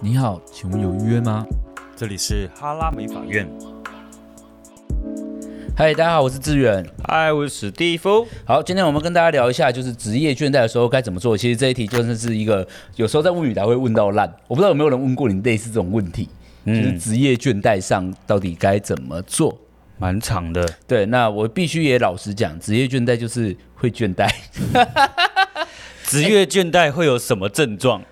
你好，请问有预约吗？这里是哈拉美法院。嗨，大家好，我是志远。嗨，我是史蒂夫。好，今天我们跟大家聊一下，就是职业倦怠的时候该怎么做。其实这一题真的是一个，有时候在问语答会问到烂。我不知道有没有人问过你类似这种问题，就是职业倦怠上到底该怎么做？蛮长的，对，那我必须也老实讲，职业倦怠就是会倦怠。 职业倦怠会有什么症状？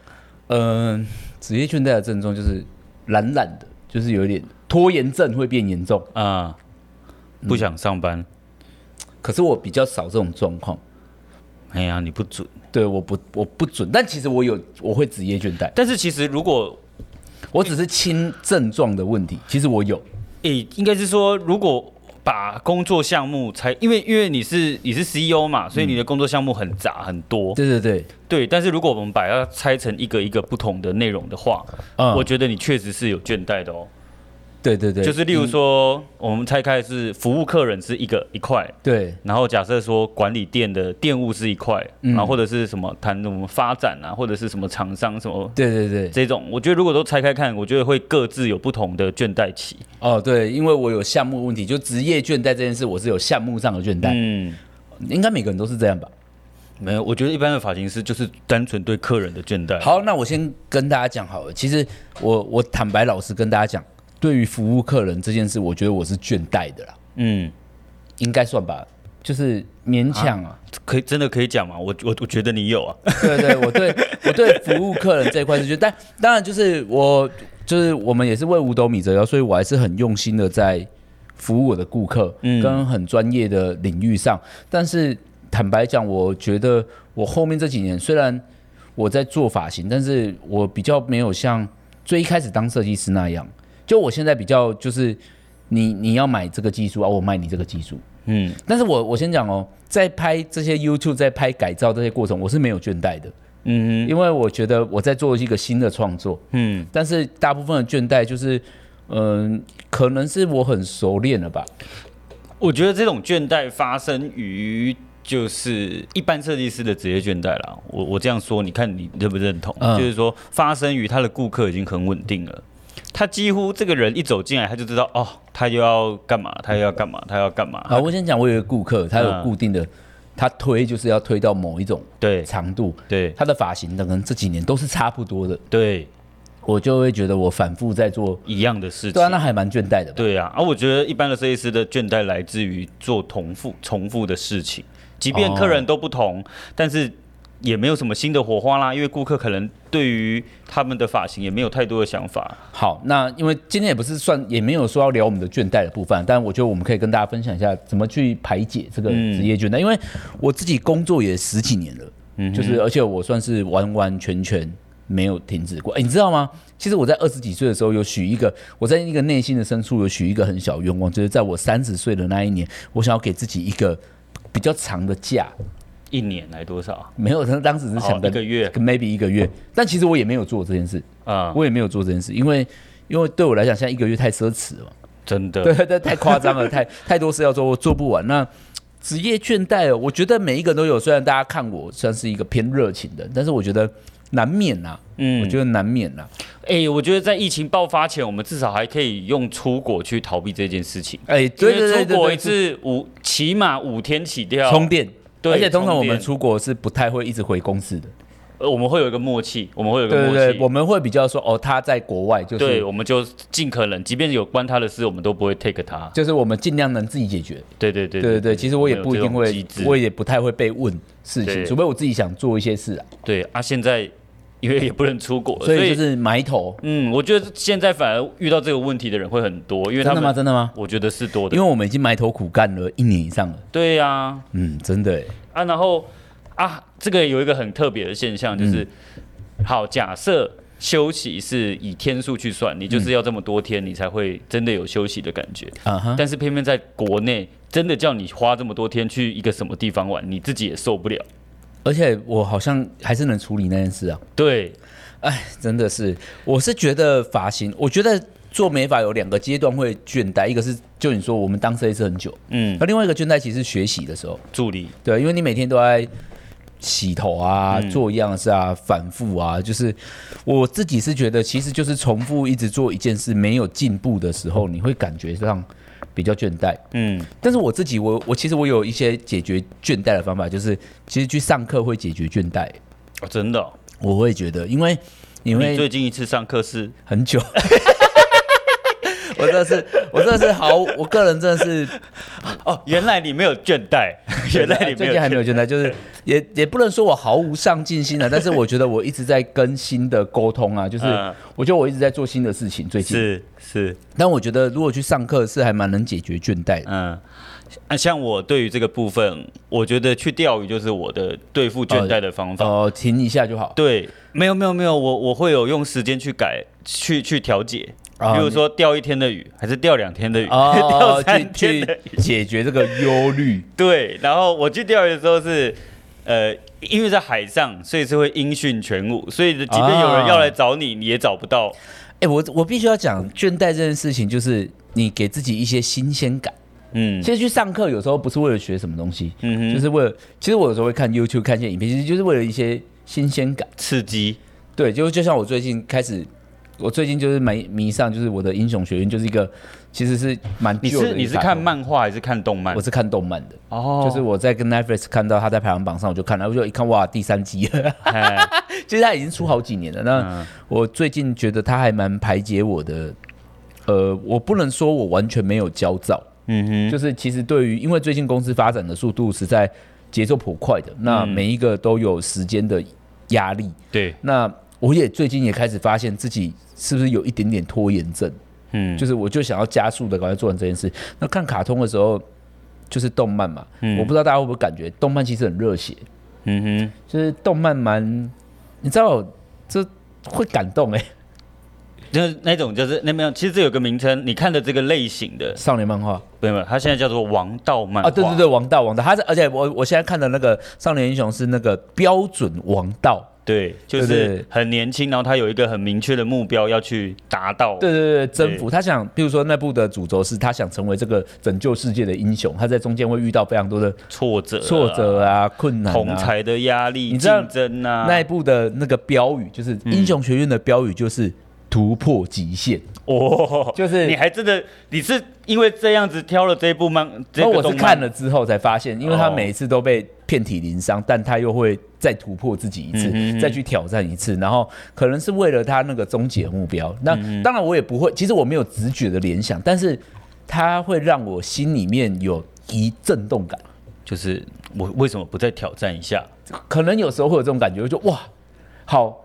嗯、职业倦怠的症状就是懒懒的，就是有一点拖延症会变严重。啊、不想上班。可是我比较少这种状况，哎呀，你不准。对，我不我不准，但其实我有我会职业倦怠，但是其实如果，我只是轻症状的问题，其实我有。诶、应该是说，如果把工作项目才，因为因为你是你是 CEO 嘛，所以你的工作项目很杂很多。对对对，嗯对，但是如果我们把它拆成一个一个不同的内容的话，嗯我觉得你确实是有倦怠的哦。对对对，就是例如说，我们拆开是服务客人是一个一块，对然后假设说管理店的店务是一块，嗯然后或者是什么谈什么发展啊，或者是什么厂商什么对对对，这种，我觉得如果都拆开看，我觉得会各自有不同的倦怠期。哦对，因为我有项目问题，就职业倦怠这件事，我是有项目上的倦怠，嗯，应该每个人都是这样吧。没有，我觉得一般的发型师就是单纯对客人的倦怠。好，那我先跟大家讲好了，其实我我坦白老实跟大家讲，对于服务客人这件事，我觉得我是倦怠的啦，嗯，应该算吧，就是勉强啊。可以真的可以讲吗？我我我觉得你有啊。对对，我对我对服务客人这一块是觉得，但当然就是我就是我们也是为五斗米折腰，所以我还是很用心的在服务我的顾客，嗯跟很专业的领域上。但是坦白讲，我觉得我后面这几年虽然我在做发型，但是我比较没有像最一开始当设计师那样，就我现在比较就是你你要买这个技术啊，我卖你这个技术。嗯，但是我我先讲哦，在拍这些 YouTube，在拍改造这些过程，我是没有倦怠的。嗯因为我觉得我在做一个新的创作，嗯，但是大部分的倦怠就是，嗯、可能是我很熟练了吧。我觉得这种倦怠发生于。就是一般设计师的职业倦怠啦，我我这样说，你看你认不认同？嗯就是说，发生于他的顾客已经很稳定了，他几乎这个人一走进来，他就知道哦，他又要干嘛，他又要干嘛，他又要干嘛。好，我先讲，我有一个顾客，他有嗯固定的，他推就是要推到某一种对长度，对他的发型可能这几年都是差不多的，对，我就会觉得我反复在做，一样的事对啊，情。那还蛮倦怠的吧。对啊，而我觉得一般的设计师的倦怠来自于做重复重复的事情，即便哦客人都不同，但是也没有什么新的火花啦，因为顾客可能对于他们的发型也没有太多的想法。好，那因为今天也不是算，也没有说要聊我们的倦怠的部分，但我觉得我们可以跟大家分享一下怎么去排解这个嗯职业倦怠。因为我自己工作也十几年了，嗯就是而且我算是完完全全没有停止过。哎、你知道吗？其实我在二十几岁的时候有许一个，我在一个内心的深处有许一个很小愿望，就是在我三十岁的那一年，我想要给自己一个比较长的假。一年来多少啊？没有，他当时是想哦的一个月，maybe 一个月，但其实我也没有做这件事，啊、我也没有做这件事，因为因为对我来讲，现在一个月太奢侈 了嘛。真的，对，这太夸张了，太 太多事要做，我做不完。那职业倦怠哦，我觉得每一个人都有。虽然大家看我算是一个偏热情的，但是我觉得难免呐、嗯我觉得难免啊呐、哎、我觉得在疫情爆发前，我们至少还可以用出国去逃避这件事情。哎、对对因对为对出国对，一次五，起码五天起跳。充电。对而且通常我充们电出国是不太会一直回公司的，呃我们会有一个默契，我们会有一个对默契。对对，我们会比较说哦，他在国外，就对是我们就尽可能，即便有关他的事，我们都不会 take 他。就是我们尽量能自己解决。对对对对对对，其实我也不一定们有会这种机，制我也不太会被问事情，对除非我自己想做一些事啊，对啊，现在因为也不能出国，所所以就以是埋头。嗯，我觉得现在反而遇到这个问题的人会很多，因为他真的吗？们真的吗？我觉得是多因的为。我们已经埋头苦干了一年以上了。对呀、啊，嗯，真的耶，啊，然后啊，这个有一个很特别的现象，就是、嗯好，假设休息是以天数去算，你就是要这么多天，你才会真的有休息的感觉。嗯啊哈，但是偏偏在国内，真的叫你花这么多天去一个什么地方玩，你自己也受不了。而且我好像还是能处理那件事啊。对，哎，真的是，我是觉得发型，我觉得做美发有两个阶段会倦怠，一个是就你说我们当设计师很久，嗯，那另外一个倦怠其实是学习的时候，助理，对，因为你每天都在洗头啊、嗯做样式啊、反复啊，就是我自己是觉得，其实就是重复一直做一件事，没有进步的时候，你会感觉上比较倦怠。嗯，但是我自己，我我其实我有一些解决倦怠的方法，就是其实去上课会解决倦怠，哦真的哦、我会觉得，因为因你为最近一次上课是很久。 我真的是，我真的是好，我个人真的是哦，原来你没有倦 怠，原来你没最有近还倦没有倦怠，就是也也不能说我毫无上进心啊，但是我觉得我一直在跟新的沟通啊，就是嗯我觉得我一直在做新的事情，最近。是是，但我觉得如果去上课是还蛮能解决倦怠的。嗯，啊像我对于这个部分，我觉得去钓鱼就是我的对付倦怠的方法。哦，停一下就好。对，没有没有没有，我我会有用时间去改，去去调节。啊比如说钓一天的鱼，还是钓两天的鱼， 钓哦，三天去的鱼。去解决这个忧虑。对，然后我去钓鱼的时候是，呃，因为在海上，所以是会音讯全无，所以即便有人啊要来找你，你也找不到。哎，我我必须要讲倦怠这件事情，就是你给自己一些新鲜感。嗯其实去上课有时候不是为了学什么东西，嗯哼，就是为了，其实我有时候会看 YouTube 看一些影片，其实就是为了一些新鲜感。刺激。对，就就像我最近开始，我最近就是迷迷上，就是我的英雄学院，就是一个其实是蛮你旧的是一你是款看动漫画还是看动漫漫，我？是看动漫的，哦就是我在跟 Netflix 看到他在排行榜上，我就看了，我就一看哇，第三季了，哎 其实他已经出好几年了。嗯那我最近觉得他还蛮排解我的，呃，我不能说我完全没有焦躁，嗯哼。就是其实对于，因为最近公司发展的速度实在节奏颇快的，那嗯每一个都有时间的压力。对，那我也最近也开始发现自己是不是有一点点拖延症，嗯，就是我就想要加速的赶快做完这件事。那看卡通的时候，就是动漫嘛，我不知道大家会不会感觉动漫其实很热血，嗯就是动漫蛮，你知道这会感动哎、哼，就是那种就是那没有，其实这有个名称，你看的这个类型的，少年漫画没有没有，它现在叫做王道漫画啊，对对对，王道王道，他是而且我我现在看的那个少年英雄是那个标准王道。对，就对对是对很年轻，然后他有一个很明确的目标要去达到，对对对，征服。他想，比如说那部的主轴是他想成为这个拯救世界的英雄，他在中间会遇到非常多的挫折、挫、折啊、困难、啊、同才的压力、你知道竞争啊，嗯那一部的那个标语，就是英雄学院的标语，就是突破极限。哦，就是你还真的你是因为这样子挑了这一部漫，这那、个哦我是动漫看了之后才发现，因为他哦每一次都被遍体鳞伤，但他又会再突破自己一次，嗯嗯哼再去挑战一次，然后可能是为了他那个终极的目标。那、嗯当然我也不会，其实我没有直觉的联想，但是它会让我心里面有一震动感。就是我为什么不再挑战一下？可能有时候会有这种感觉，就哇，好，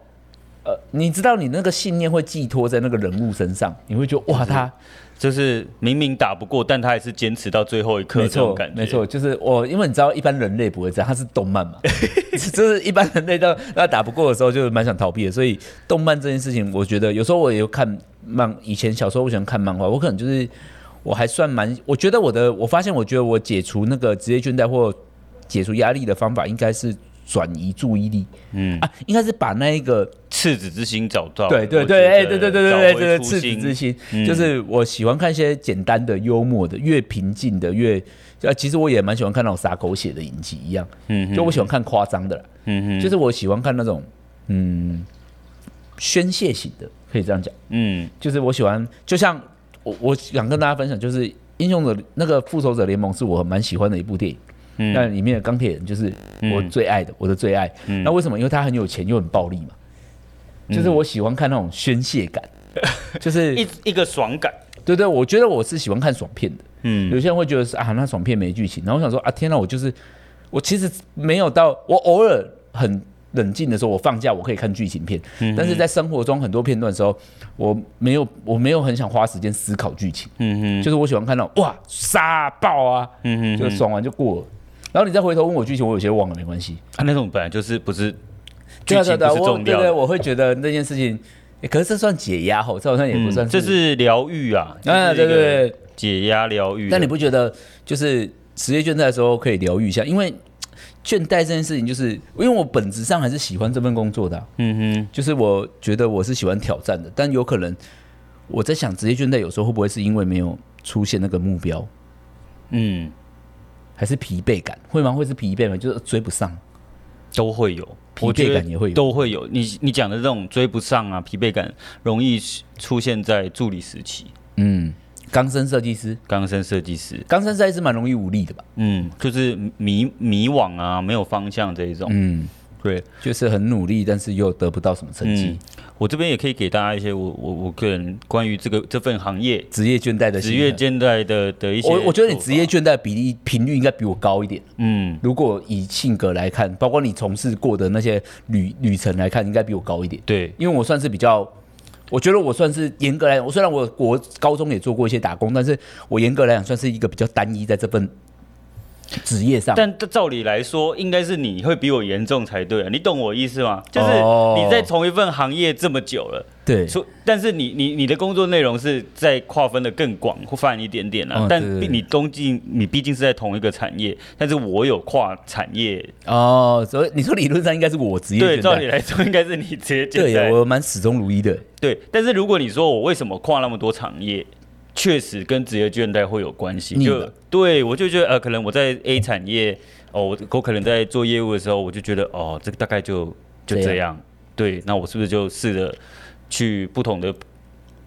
呃，你知道你那个信念会寄托在那个人物身上，你会觉得嗯哇，他就是明明打不过，但他还是坚持到最后一刻，没这种错感，觉，没错，就是我，因为你知道一般人类不会这样，他是动漫 嘛，就是一般人类到那打不过的时候，就是蛮想逃避的，所以动漫这件事情，我觉得有时候我也有看漫，以前小时候我喜欢看漫画，我可能就是我还算蛮，我觉得我的，我发现我觉得我解除那个职业倦怠或解除压力的方法，应该是转移注意力，嗯啊，应该是把那一个赤子之心找到，对对我对，觉哎，得对对对找对对，回这个赤子初心嗯之心，就是我喜欢看一些简单的、幽默的，越平静的越，呃，其实我也蛮喜欢看那种撒狗血的影集一样，嗯就我喜欢看夸张的啦，嗯哼，就是我喜欢看那种，嗯，宣泄型的，可以这样讲，嗯就是我喜欢，就像我我想跟大家分享，就是《英雄者》那个《复仇者联盟》是我蛮喜欢的一部电影。嗯那里面的钢铁人就是我最爱的，我的最爱。嗯那为什么？因为他很有钱又很暴力嘛，就是我喜欢看那种宣泄 感，就是一一个爽感，对对，我觉得我是喜欢看爽片的。嗯有些人会觉得是啊，那爽片没剧情。然后我想说啊，天哪，我就是我其实没有到，我偶尔很冷静的时候，我放假我可以看剧情片，嗯但是在生活中很多片段的时候，我没有我没有很想花时间思考剧情，嗯哼，就是我喜欢看到哇杀爆啊，嗯就爽完就过了。然后你再回头问我剧情，我有些忘了没关系。啊，那种本来就是不是对剧啊对情不啊，是我重对要对，的，我会觉得那件事情，诶可是这算解压吼，这好像也不算嗯这是疗愈啊，啊就是一个对对对解压疗愈的，啊但你不觉得就是职业倦怠的时候可以疗愈一下？因为倦怠这件事情，就是因为我本质上还是喜欢这份工作的啊、嗯就是我觉得我是喜欢挑战的，但有可能我在想职业倦怠有时候会不会是因为没有出现那个目标，哼，嗯，还是疲惫感？会吗？会是疲惫吗？就是追不上。都会有疲惫感也会有我觉得都会有。你你讲的这种追不上啊，疲惫感容易出现在助理时期，嗯，刚升设计师，刚升设计师，刚升设计师蛮容易无力的吧？嗯，就是迷迷惘啊，没有方向这一种。嗯，对，就是很努力，但是又得不到什么成绩嗯，，我这边也可以给大家一些我我我个人关于这个这份行业职业倦怠的心职态业倦怠的的一些做法。我我觉得你职业倦怠比例频率应该比我高一点。嗯，如果以性格来看，包括你从事过的那些旅旅程来看，应该比我高一点。对，因为我算是比较，我觉得我算是严格来讲，我虽然我我高中也做过一些打工，但是我严格来讲算是一个比较单一在这份职业上。但照理来说，应该是你会比我严重才对啊，你懂我意思吗？就是哦你在同一份行业这么久了，对，除但是你你你的工作内容是在划分的更广泛一点点啦、哦但对对毕对你东进你毕竟是在同一个产业，但是我有跨产业，哦，所以你说理论上应该是我职业对，倦照理怠，来说应该是你直 接对啊进来我蛮始终如一的。对，但是如果你说我为什么跨那么多产业，确实跟职业倦怠会有关系。腻就了对我就觉得呃，可能我在 A 产业，哦，我我可能在做业务的时候，我就觉得哦，这个大概就这就样这样。对，那我是不是就试着去不同的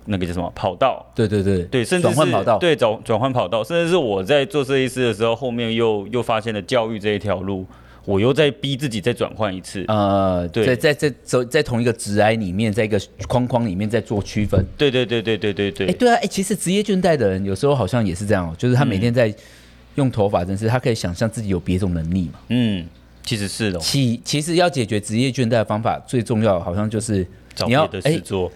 那个叫什么跑道？对对对对，甚至转换是跑道。对转转换跑道，甚至是我在做设计师的时候，后面又又发现了教育这一条路，我又在逼自己再转换一次。呃，对在在在走在同一个职癌里面，在一个框框里面在做区分。对对对对对对对，哎、对啊，哎、其实职业倦怠的人有时候好像也是这样哦，就是他嗯每天在用头发，真是他可以想象自己有别种能力嘛。嗯，其实是的哦，其其实要解决职业倦怠的方法，最重要的好像就是找你要别的哎、事做。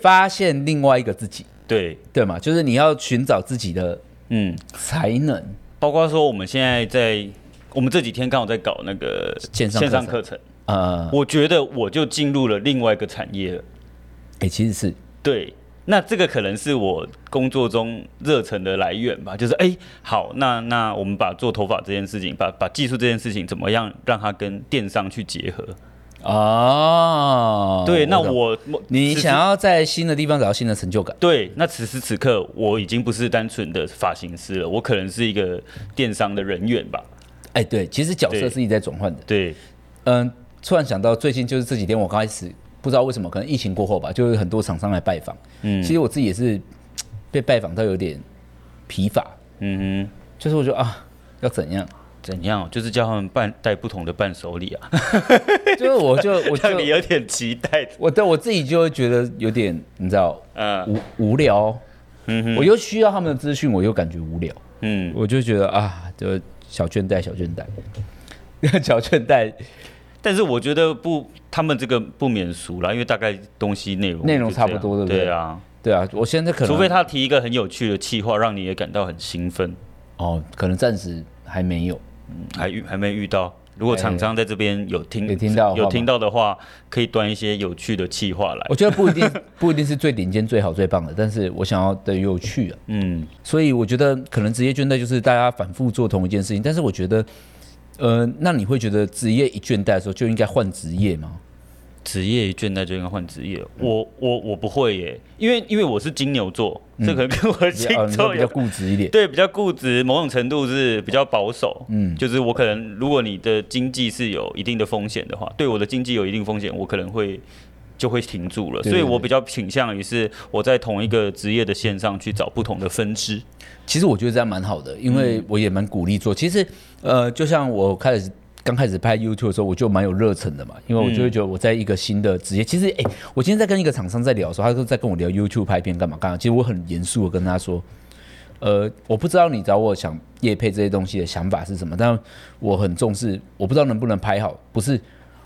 发现另外一个自己，对，对嘛？就是你要寻找自己的嗯，才能。包括说我们现在在，我们这几天刚好在搞那个线上线上课程课程，呃，我觉得我就进入了另外一个产业了。哎、其实是对，那这个可能是我工作中热忱的来源吧，就是哎、好，那那我们把做头发这件事情，把把技术这件事情，怎么样让它跟电商去结合？哦，对，那懂我我你此时想要在新的地方找到新的成就感，对，那此时此刻我已经不是单纯的发型师了，我可能是一个电商的人员吧。哎、对，其实角色对是你在转换的。对，嗯，突然想到最近就是这几天，我刚开始不知道为什么，可能疫情过后吧，就是很多厂商来拜访。嗯其实我自己也是被拜访到有点疲乏，嗯哼。就是我觉得啊，要怎 样？怎样？就是叫他们伴带不同的伴手礼啊， 就是我就我让你就有点期 待。我对我自己就会觉得有点，你知道嗯无无聊，嗯我又需要他们的资讯，我又感觉无聊，嗯，我就觉得啊，就小倦怠，小倦怠， 小倦怠，但是我觉得不，他们这个不免俗啦，因为大概东西内容内容就这样差不多对不对对啊，对啊，我现在可能除非他提一个很有趣的企划，让你也感到很兴奋，嗯哦，可能暂时还没有。还遇还没遇到。如果厂商在这边有听有听到的话吗有听到的话，可以端一些有趣的企划来我。觉得不一 定不一定是最顶尖、最好、最棒的，但是我想要的有趣啊。嗯所以我觉得可能职业倦怠就是大家反复做同一件事情，但是我觉得，呃，那你会觉得职业一倦怠的时候就应该换职业吗？职业一倦怠就应该换职业。嗯我我我不会耶，因为因为我是金牛座， 这可能跟我的星啊，你会座嗯比有较固执一点。对，比较固执，某种程度是比较保守。嗯嗯，就是我可能，如果你的经济是有一定的风险的话，对我的经济有一定风险，我可能会就会停住了。对所以对我对比较倾向于是我在同一个职业的线上去找不同的分支。其实我觉得这样蛮好的，因为我也蛮鼓励做。其实，呃，就像我开始刚开始拍 YouTube 的时候，我就蛮有热忱的嘛，因为我就会觉得我在一个新的职业。其实，哎、我今天在跟一个厂商在聊的时候，他就在跟我聊 YouTube 拍片干嘛干嘛。其实我很严肃的跟他说，呃，我不知道你找我想夜配这些东西的想法是什么，但我很重视，我不知道能不能拍好，不是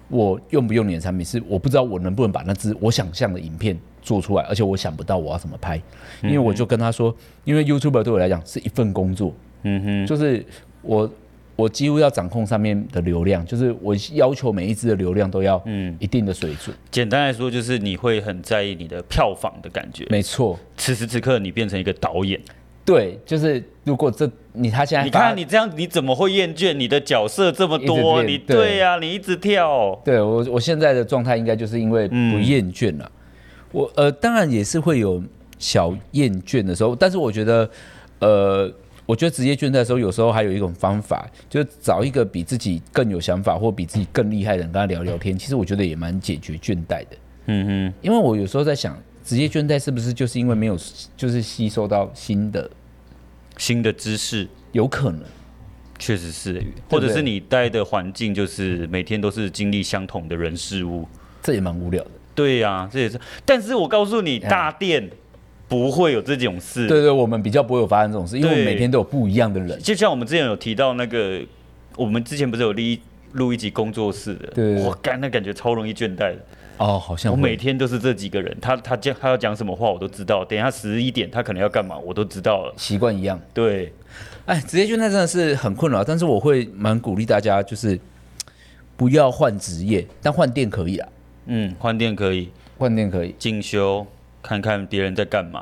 我用不用你的产品，是我不知道我能不能把那支我想象的影片做出来，而且我想不到我要怎么拍，因嗯为我就跟他说，因为 YouTuber 对我来讲是一份工作，嗯哼，就是我我几乎要掌控上面的流量，就是我要求每一支的流量都要嗯一定的水准，简单来说就是你会很在意你的票房的感觉。没错，此时此刻你变成一个导演，对，就是如果这你他现在你发看你这样你怎么会厌倦？你的角色这么一直多，变你对对呀、你一直跳、对我我现在的状态应该就是因为不厌倦了、我呃当然也是会有小厌倦的时候，但是我觉得呃我觉得职业倦怠的时候，有时候还有一种方法，就是找一个比自己更有想法或比自己更厉害的人跟他聊聊天。其实我觉得也蛮解决倦怠的，嗯因为我有时候在想，职业倦怠是不是就是因为没有就是吸收到新的，哼，新的知识有可能。确实是，或者是你待的环境就是每天都是经历相同的人事物。这也蛮无聊的。对呀、这也是。但是我告诉你，大店不会有这种事。对对，我们比较不会有发生这种事，因为我们对每天都有不一样的人。就像我们之前有提到那个，我们之前不是有一录一集工作室的，对对对我干那感觉超容易倦怠的。哦，好像我会每天都是这几个人，他他讲他要讲什么话我都知道，等一下十一点他可能要干嘛我都知道了。习惯一样。对，哎，职业倦怠真的是很困扰，但是我会蛮鼓励大家，就是不要换职业，但换店可以啊，嗯，换店可以换店可以。进修，看看别人在干嘛。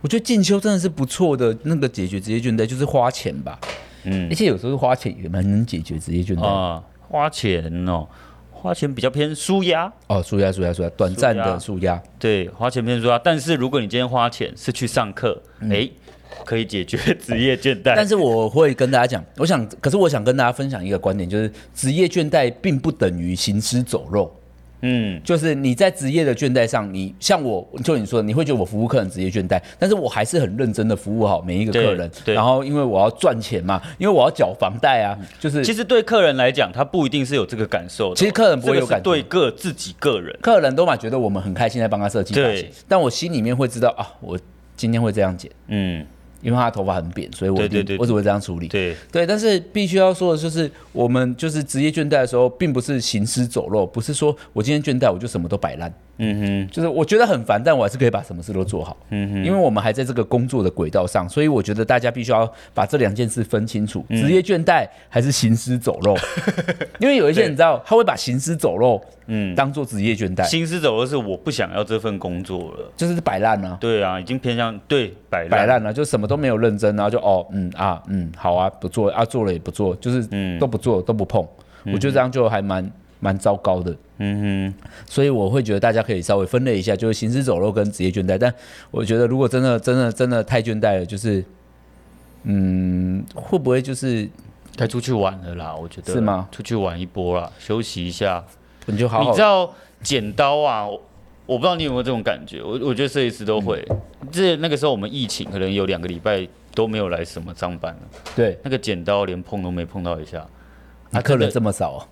我觉得进修真的是不错的那个解决职业倦怠，就是花钱吧。嗯而且有时候花钱也蛮能解决职业倦啊、怠。花钱哦，花钱比较偏舒压。哦，舒压舒压舒压，短暂舒压的舒压。对，花钱偏舒压。但是如果你今天花钱是去上课，哎、可以解决职业倦怠。嗯但是我会跟大家讲，我想，可是我想跟大家分享一个观点，就是职业倦怠并不等于行尸走肉。嗯，就是你在职业的倦怠上，你像我，就你说的，你会觉得我服务客人职业倦怠，但是我还是很认真的服务好每一个客人对。对然后因为我要赚钱嘛，因为我要缴房贷啊，就是其实对客人来讲，他不一定是有这个感受的哦。其实客人不会有这个是感觉对个自己个人。客人都嘛觉得我们很开心在帮他设计发型对，但我心里面会知道啊，我今天会这样剪，嗯，因为他的头发很扁，所以我一定对对对我只会这样处理。对，对，但是必须要说的就是，我们就是职业倦怠的时候，并不是行尸走肉，不是说我今天倦怠我就什么都摆烂，嗯就是我觉得很烦，但我还是可以把什么事都做好。嗯哼，因为我们还在这个工作的轨道上，所以我觉得大家必须要把这两件事分清楚：职业倦怠还是行尸走 肉。因为有一些人你知道，他会把行尸走肉嗯当做职业倦哼，怠，心思走的是我不想要这份工作了。就是摆烂啊。对啊，已经偏向对摆烂。摆烂啊了，就什么都没有认真，然后就哦，嗯啊，嗯，好啊，不做啊，做了也不做，就是都不做，都不碰。我觉得这样就还蛮蛮糟糕的，嗯所以我会觉得大家可以稍微分类一下，就是行尸走肉跟职业倦怠。但我觉得如果真的真的真的太倦怠了，就是嗯，会不会就是哼，该出去玩了啦，我觉得是吗出去玩一波啦，休息一下。你就好好你知道剪刀啊？我我不知道你有没有这种感觉，我我觉得设计师都会。这那个时候我们疫情可能有两个礼拜都没有来什么上班了，对，那个剪刀连碰都没碰到一下。啊，客真人的这么少、哦，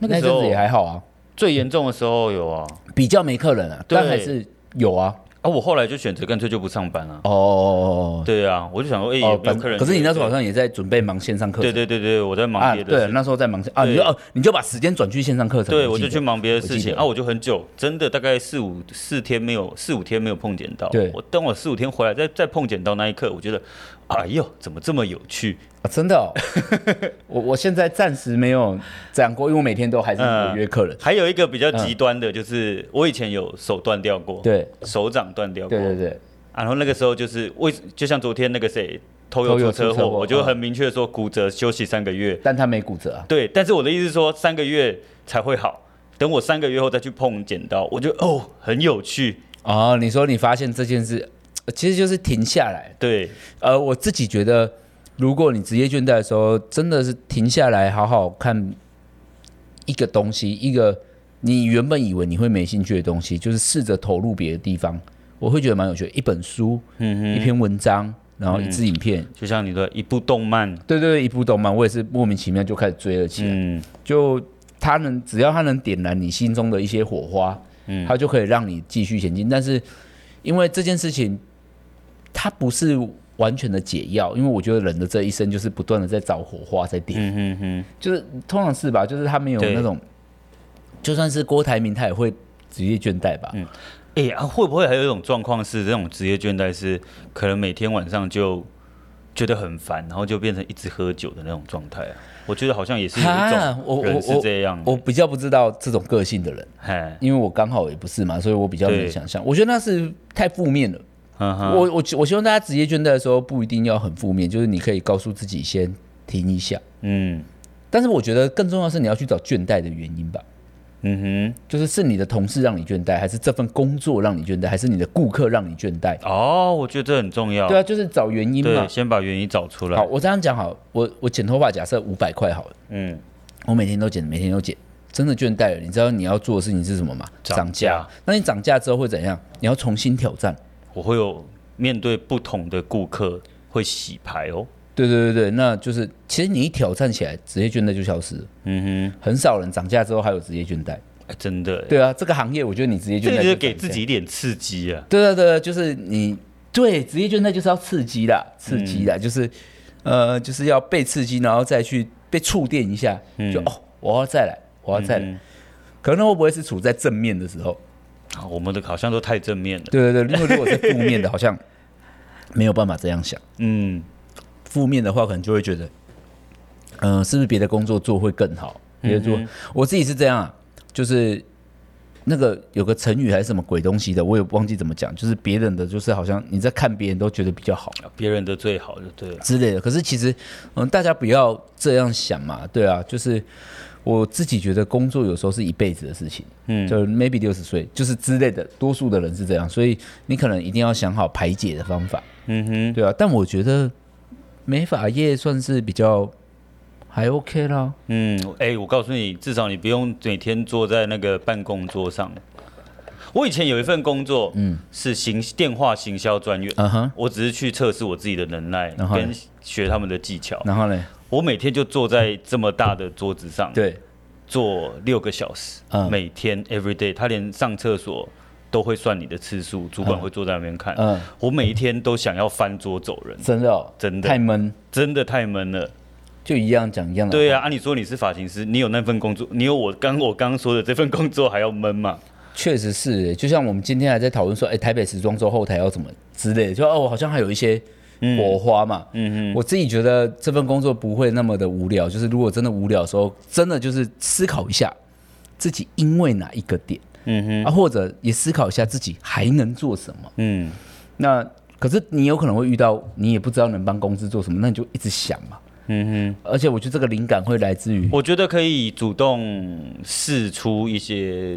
那那个阵时候子也还好啊，最严重的时候有啊，比较没客人啊，但对还是有啊。啊，我后来就选择干脆就不上班了。哦哦对啊，我就想说，哎、哦哦，有没有反客人？可是你那时候好像也在准备忙线上课程对。对对对，我在忙啊，别的对，事情。那时候在忙啊，对你就哦，你就把时间转去线上课程。对，我记就得去。忙别的事我记情得啊，我就很久，真的大概四五四天没有四五天没有碰剪刀。对我等我四五天回来再再碰剪刀那一刻，我觉得，哎呦，怎么这么有趣？啊真的哦，我我现在暂时没有这样过，因为我每天都还是嗯有约客人。还有一个比较极端的，就是我以前有手断掉过，，对，手掌断掉过，对对对，啊然后那个时候就是为，就像昨天那个谁偷油偷油出出车车祸，祸我就嗯很明确说骨折休息三个月，但他没骨折啊。对，但是我的意思是说三个月才会好，等我三个月后再去碰剪刀，我觉得哦很有趣，哦，你说你发现这件事，呃其实就是停下来。对，呃，我自己觉得，如果你职业倦怠的时候，真的是停下来好好看一个东西，一个你原本以为你会没兴趣的东西，就是试着投入别的地方，我会觉得蛮有趣的。一本书，嗯一篇文章，然后一支影片，就像你的一部动漫，对对对，一部动漫，我也是莫名其妙就开始追了起来。嗯，就它能，只要它能点燃你心中的一些火花，嗯，它就可以让你继续前进。但是因为这件事情，它不是完全的解药，因为我觉得人的这一生就是不断的在找火花在点，嗯哼哼，就是通常是吧，就是他没有对那种，就算是郭台铭他也会职业倦怠吧，哎、啊会不会还有一种状况是这种职业倦怠是可能每天晚上就觉得很烦，然后就变成一直喝酒的那种状态啊？我觉得好像也是有一哈我种我人是我这样的，我比较不知道这种个性的人，嘿，因为我刚好也不是嘛，所以我比较对能想象，我觉得那是太负面了。嗯哼，我我我希望大家职业倦怠的时候不一定要很负面，就是你可以告诉自己先停一下。嗯但是我觉得更重要的是你要去找倦怠的原因吧。嗯就是是你的同事让你倦怠，还是这份工作让你倦怠，还是你的顾客让你倦怠？哼，哦，我觉得这很重要。对啊，就是找原因嘛对，。先把原因找出来。好，我这样讲好，我我剪头发假设五百块好了，嗯，我每天都剪，每天都剪，真的倦怠了。你知道你要做的事情是什么吗？涨价那你涨价之后会怎样？你要重新挑战。我会有面对不同的顾客会洗牌哦。对对对对，那就是其实你一挑战起来，职业倦怠就消失了。嗯哼，很少人涨价之后还有职业倦怠。哎真的耶，对啊，这个行业我觉得你职业倦这怠个就是是给自涨价。己一点刺激啊。对对对，就是你对职业倦怠就是要刺激啦，嗯刺激啦，就是呃，就是要被刺激，然后再去被触电一下，嗯就哦，我要再来，我要再来。可能会不会是处在正面的时候？啊我们的好像都太正面了。对对对，因为如果是负面的，好像没有办法这样想。嗯负面的话，可能就会觉得，嗯、是不是别的工作做会更好？别的做，我自己是这样啊，就是那个有个成语还是什么鬼东西的，我也忘记怎么讲，就是别人的，就是好像你在看别人都觉得比较好别人的最好就对了。之类的。可是其实，嗯，大家不要这样想嘛，对啊，就是我自己觉得工作有时候是一辈子的事情，嗯，就 maybe 六十岁就是之类的，多数的人是这样，所以你可能一定要想好排解的方法，嗯哼，对啊，但我觉得美发业算是比较还 OK 啦。嗯，哎、我告诉你，至少你不用每天坐在那个办公桌上。我以前有一份工作，嗯，是行电话行销专员，嗯哼，我只是去测试我自己的能耐，然后呢跟学他们的技巧。然后呢？我每天就坐在这么大的桌子上，对，坐六个小时，嗯每天 every day，他连上厕所都会算你的次数，主啊管会坐在那边看。嗯我每一天都想要翻桌走人，真的、哦，真的太闷，真的太闷了。就一样讲一样的。对啊，，按、理说你是发型师，你有那份工作，你有我刚我刚说的这份工作还要闷嘛？确实是耶。就像我们今天还在讨论说，哎、台北时装周后台要怎么之类的，就哦，好像还有一些火花嘛。嗯嗯，我自己觉得这份工作不会那么的无聊，就是如果真的无聊的时候，真的就是思考一下自己因为哪一个点，嗯哼，啊，或者也思考一下自己还能做什么。嗯，那可是你有可能会遇到，你也不知道能帮公司做什么，那你就一直想嘛。嗯哼，而且我觉得这个灵感会来自于，我觉得可以主动试出一些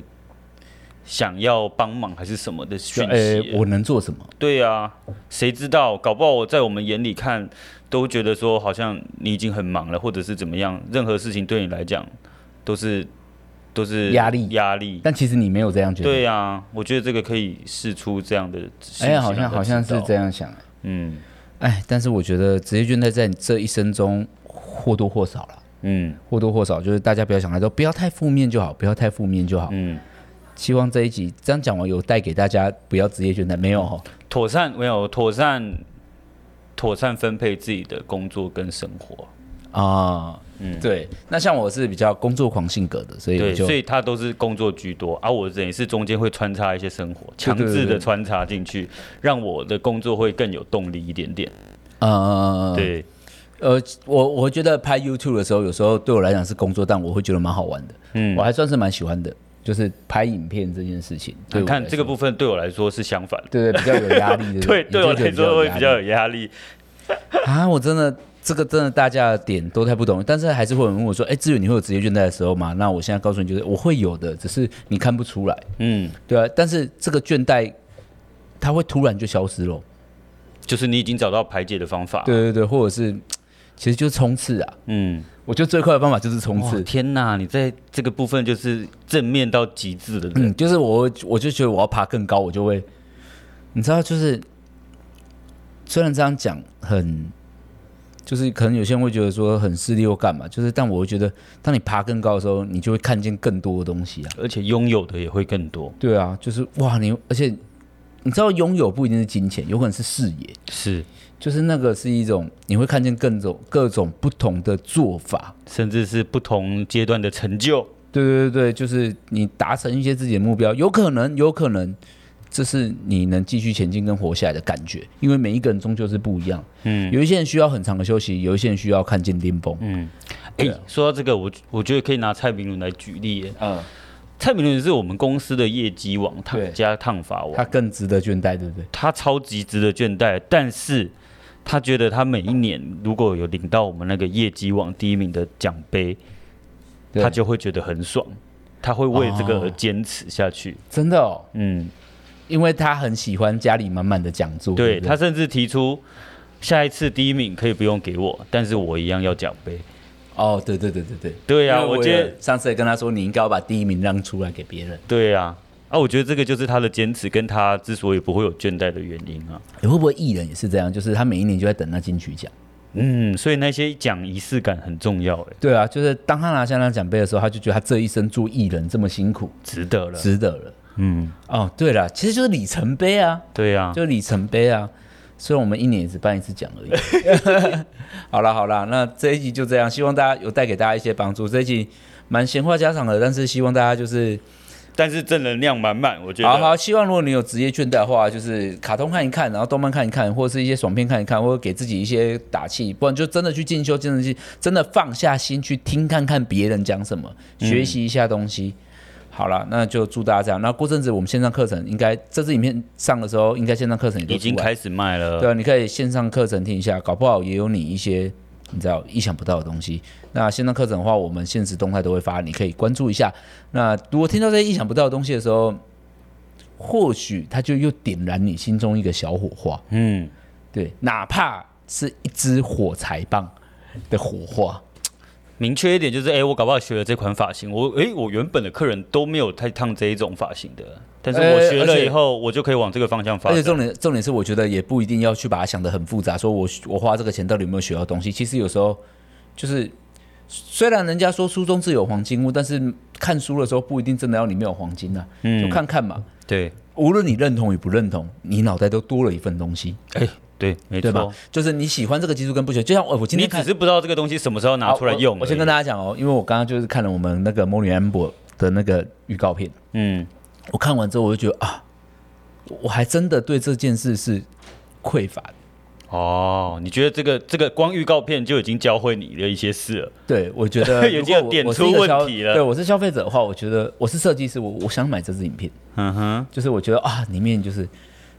想要帮忙还是什么的就讯息。诶、呃我能做什么？对啊，谁知道？搞不好我在我们眼里看，都觉得说好像你已经很忙了，或者是怎么样，任何事情对你来讲都是都是压力压力。但其实你没有这样觉得。对啊，我觉得这个可以试出这样的信息哎、让好他知道。像好像是这样想。嗯哎，但是我觉得职业倦怠在你这一生中或多或少了，嗯或多或少就是大家不要想太多，不要太负面就好，不要太负面就好。嗯，希望这一集这样讲完有带给大家不要职业倦怠，没有哈？妥善没有妥善妥善分配自己的工作跟生活。啊，嗯，对。那像我是比较工作狂性格的，所以我对，就所以他都是工作居多，而、我等于是中间会穿插一些生活，对强制对的穿插进去，让我的工作会更有动力一点点。呃，对，呃，我我觉得拍 YouTube 的时候，有时候对我来讲是工作，但我会觉得蛮好玩的，嗯我还算是蛮喜欢的，就是拍影片这件事情。对你我看来这个说，部分对我来说是相反的，对对，比较有压力的， 对，你对就我觉得来说会比较有有压力。压力 啊，我真的。这个真的大家的点都太不懂，但是还是会有人问我说：“哎，志远，你会有职业倦怠的时候吗？”那我现在告诉你，就是我会有的，只是你看不出来，嗯，对啊。但是这个倦怠，它会突然就消失咯。就是你已经找到排解的方法。，对对对，或者是其实就是冲刺啊。嗯，我觉得最快的方法就是冲哇刺，天哪，你在这个部分就是正面到极致的人。嗯，就是我会我就觉得我要爬更高，我就会，你知道，就是虽然这样讲很，就是可能有些人会觉得说很势利或干嘛，就是但我会觉得，当你爬更高的时候，你就会看见更多的东西啊。而且拥有的也会更多，对啊，就是哇，你而且你知道，拥有不一定是金钱，有可能是视野，是，就是那个是一种你会看见各种各种不同的做法。甚至是不同阶段的成就。对对对对，就是你达成一些自己的目标，有可能，有可能，这是你能继续前进跟活下来的感觉，因为每一个人终究是不一样。嗯，有一些人需要很长的休息，有一些人需要看见巅峰。嗯哎、说到这个，我我觉得可以拿蔡明伦来举例耶。嗯，蔡明伦是我们公司的业绩王，他对加烫发他王，更值得倦怠，对不对？他超级值得倦怠，但是他觉得他每一年如果有领到我们那个业绩王第一名的奖杯，对他就会觉得很爽。他会为这个而坚持下去。真的哦，嗯，因为他很喜欢家里满满的讲座，对不他甚至提出，下一次第一名可以不用给我，但是我一样要奖杯。哦，对对对对对，啊对呀、因为我觉得也上次也跟他说，你应该要把第一名让出来给别人。对呀、啊。我觉得这个就是他的坚持，跟他之所以不会有倦怠的原因啊。你会不会艺人也是这样？就是他每一年就在等那金曲奖。嗯，所以那些讲仪式感很重要、欸，对啊，就是当他拿下那奖杯的时候，他就觉得他这一生做艺人这么辛苦，值得了。值得了。嗯，啊哦，对了，其实就是里程碑啊，对呀、就里程碑啊。虽然我们一年也只办一次奖而已。 好啦好啦，那这一集就这样，希望大家有带给大家一些帮助。这一集蛮闲话家常的，但是希望大家就是但是正能量满满，我觉得。好好，希望如果你有职业倦怠的话，就是卡通看一看，然后动漫看一看，或者是一些爽片看一看，或者给自己一些打气，不然就真的去进修，真的去真的放下心去听看看别人讲什么，学习一下东西。嗯好了，那就祝大家这样。那过阵子我们线上课程应该这支影片上的时候，应该线上课程也都已经出来开始卖了。对啊，你可以线上课程听一下，搞不好也有你一些你知道意想不到的东西。那线上课程的话，我们现实动态都会发，你可以关注一下。那如果听到这些意想不到的东西的时候，或许它就又点燃你心中一个小火花，嗯，对，哪怕是一支火柴棒的火花。明确一点就是，哎、我搞不好学了这款发型，我哎、我原本的客人都没有太烫这一种发型的，但是呃我学而了且以后，我就可以往这个方向发而且展。重点重点是，我觉得也不一定要去把它想得很复杂，说我我花这个钱到底有没有学到东西？其实有时候就是，虽然人家说书中自有黄金屋，但是看书的时候不一定真的要里面有黄金啊，嗯就看看嘛。对，无论你认同与不认同，你脑袋都多了一份东西，哎、对，没对吧错。？就是你喜欢这个技术跟不喜欢，就像我我今你天看只是不知道这个东西什么时候拿好出来我用我先而已跟大家讲哦，因为我刚刚就是看了我们那个《魔女 Amber》的那个预告片，嗯，我看完之后我就觉得啊，我还真的对这件事是匮乏的。哦，你觉得这个这个光预告片就已经教会你了一些事了？对，我 觉得已如经果有我点我是出一个问消题了对，我是消费者的话，我觉得我是设计师，我我想买这支影片，嗯哼，就是我觉得啊，里面就是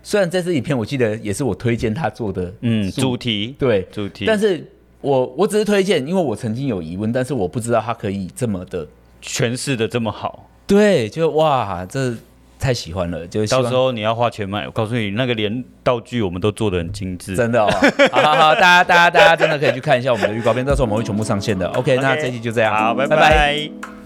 虽然这支影片我记得也是我推荐他做的，嗯，主题，对，主题，但是我我只是推荐，因为我曾经有疑问，但是我不知道他可以这么的，诠释的这么好，对，就哇，这太喜欢了，就是希到望时候你要花钱买。我告诉你，那个连道具我们都做的很精致。 真的哦，好好好，大家大家大家真的可以去看一下我们的预告片，到时候我们会全部上线的。OK，, 那 OK 这期就这样，好，拜拜拜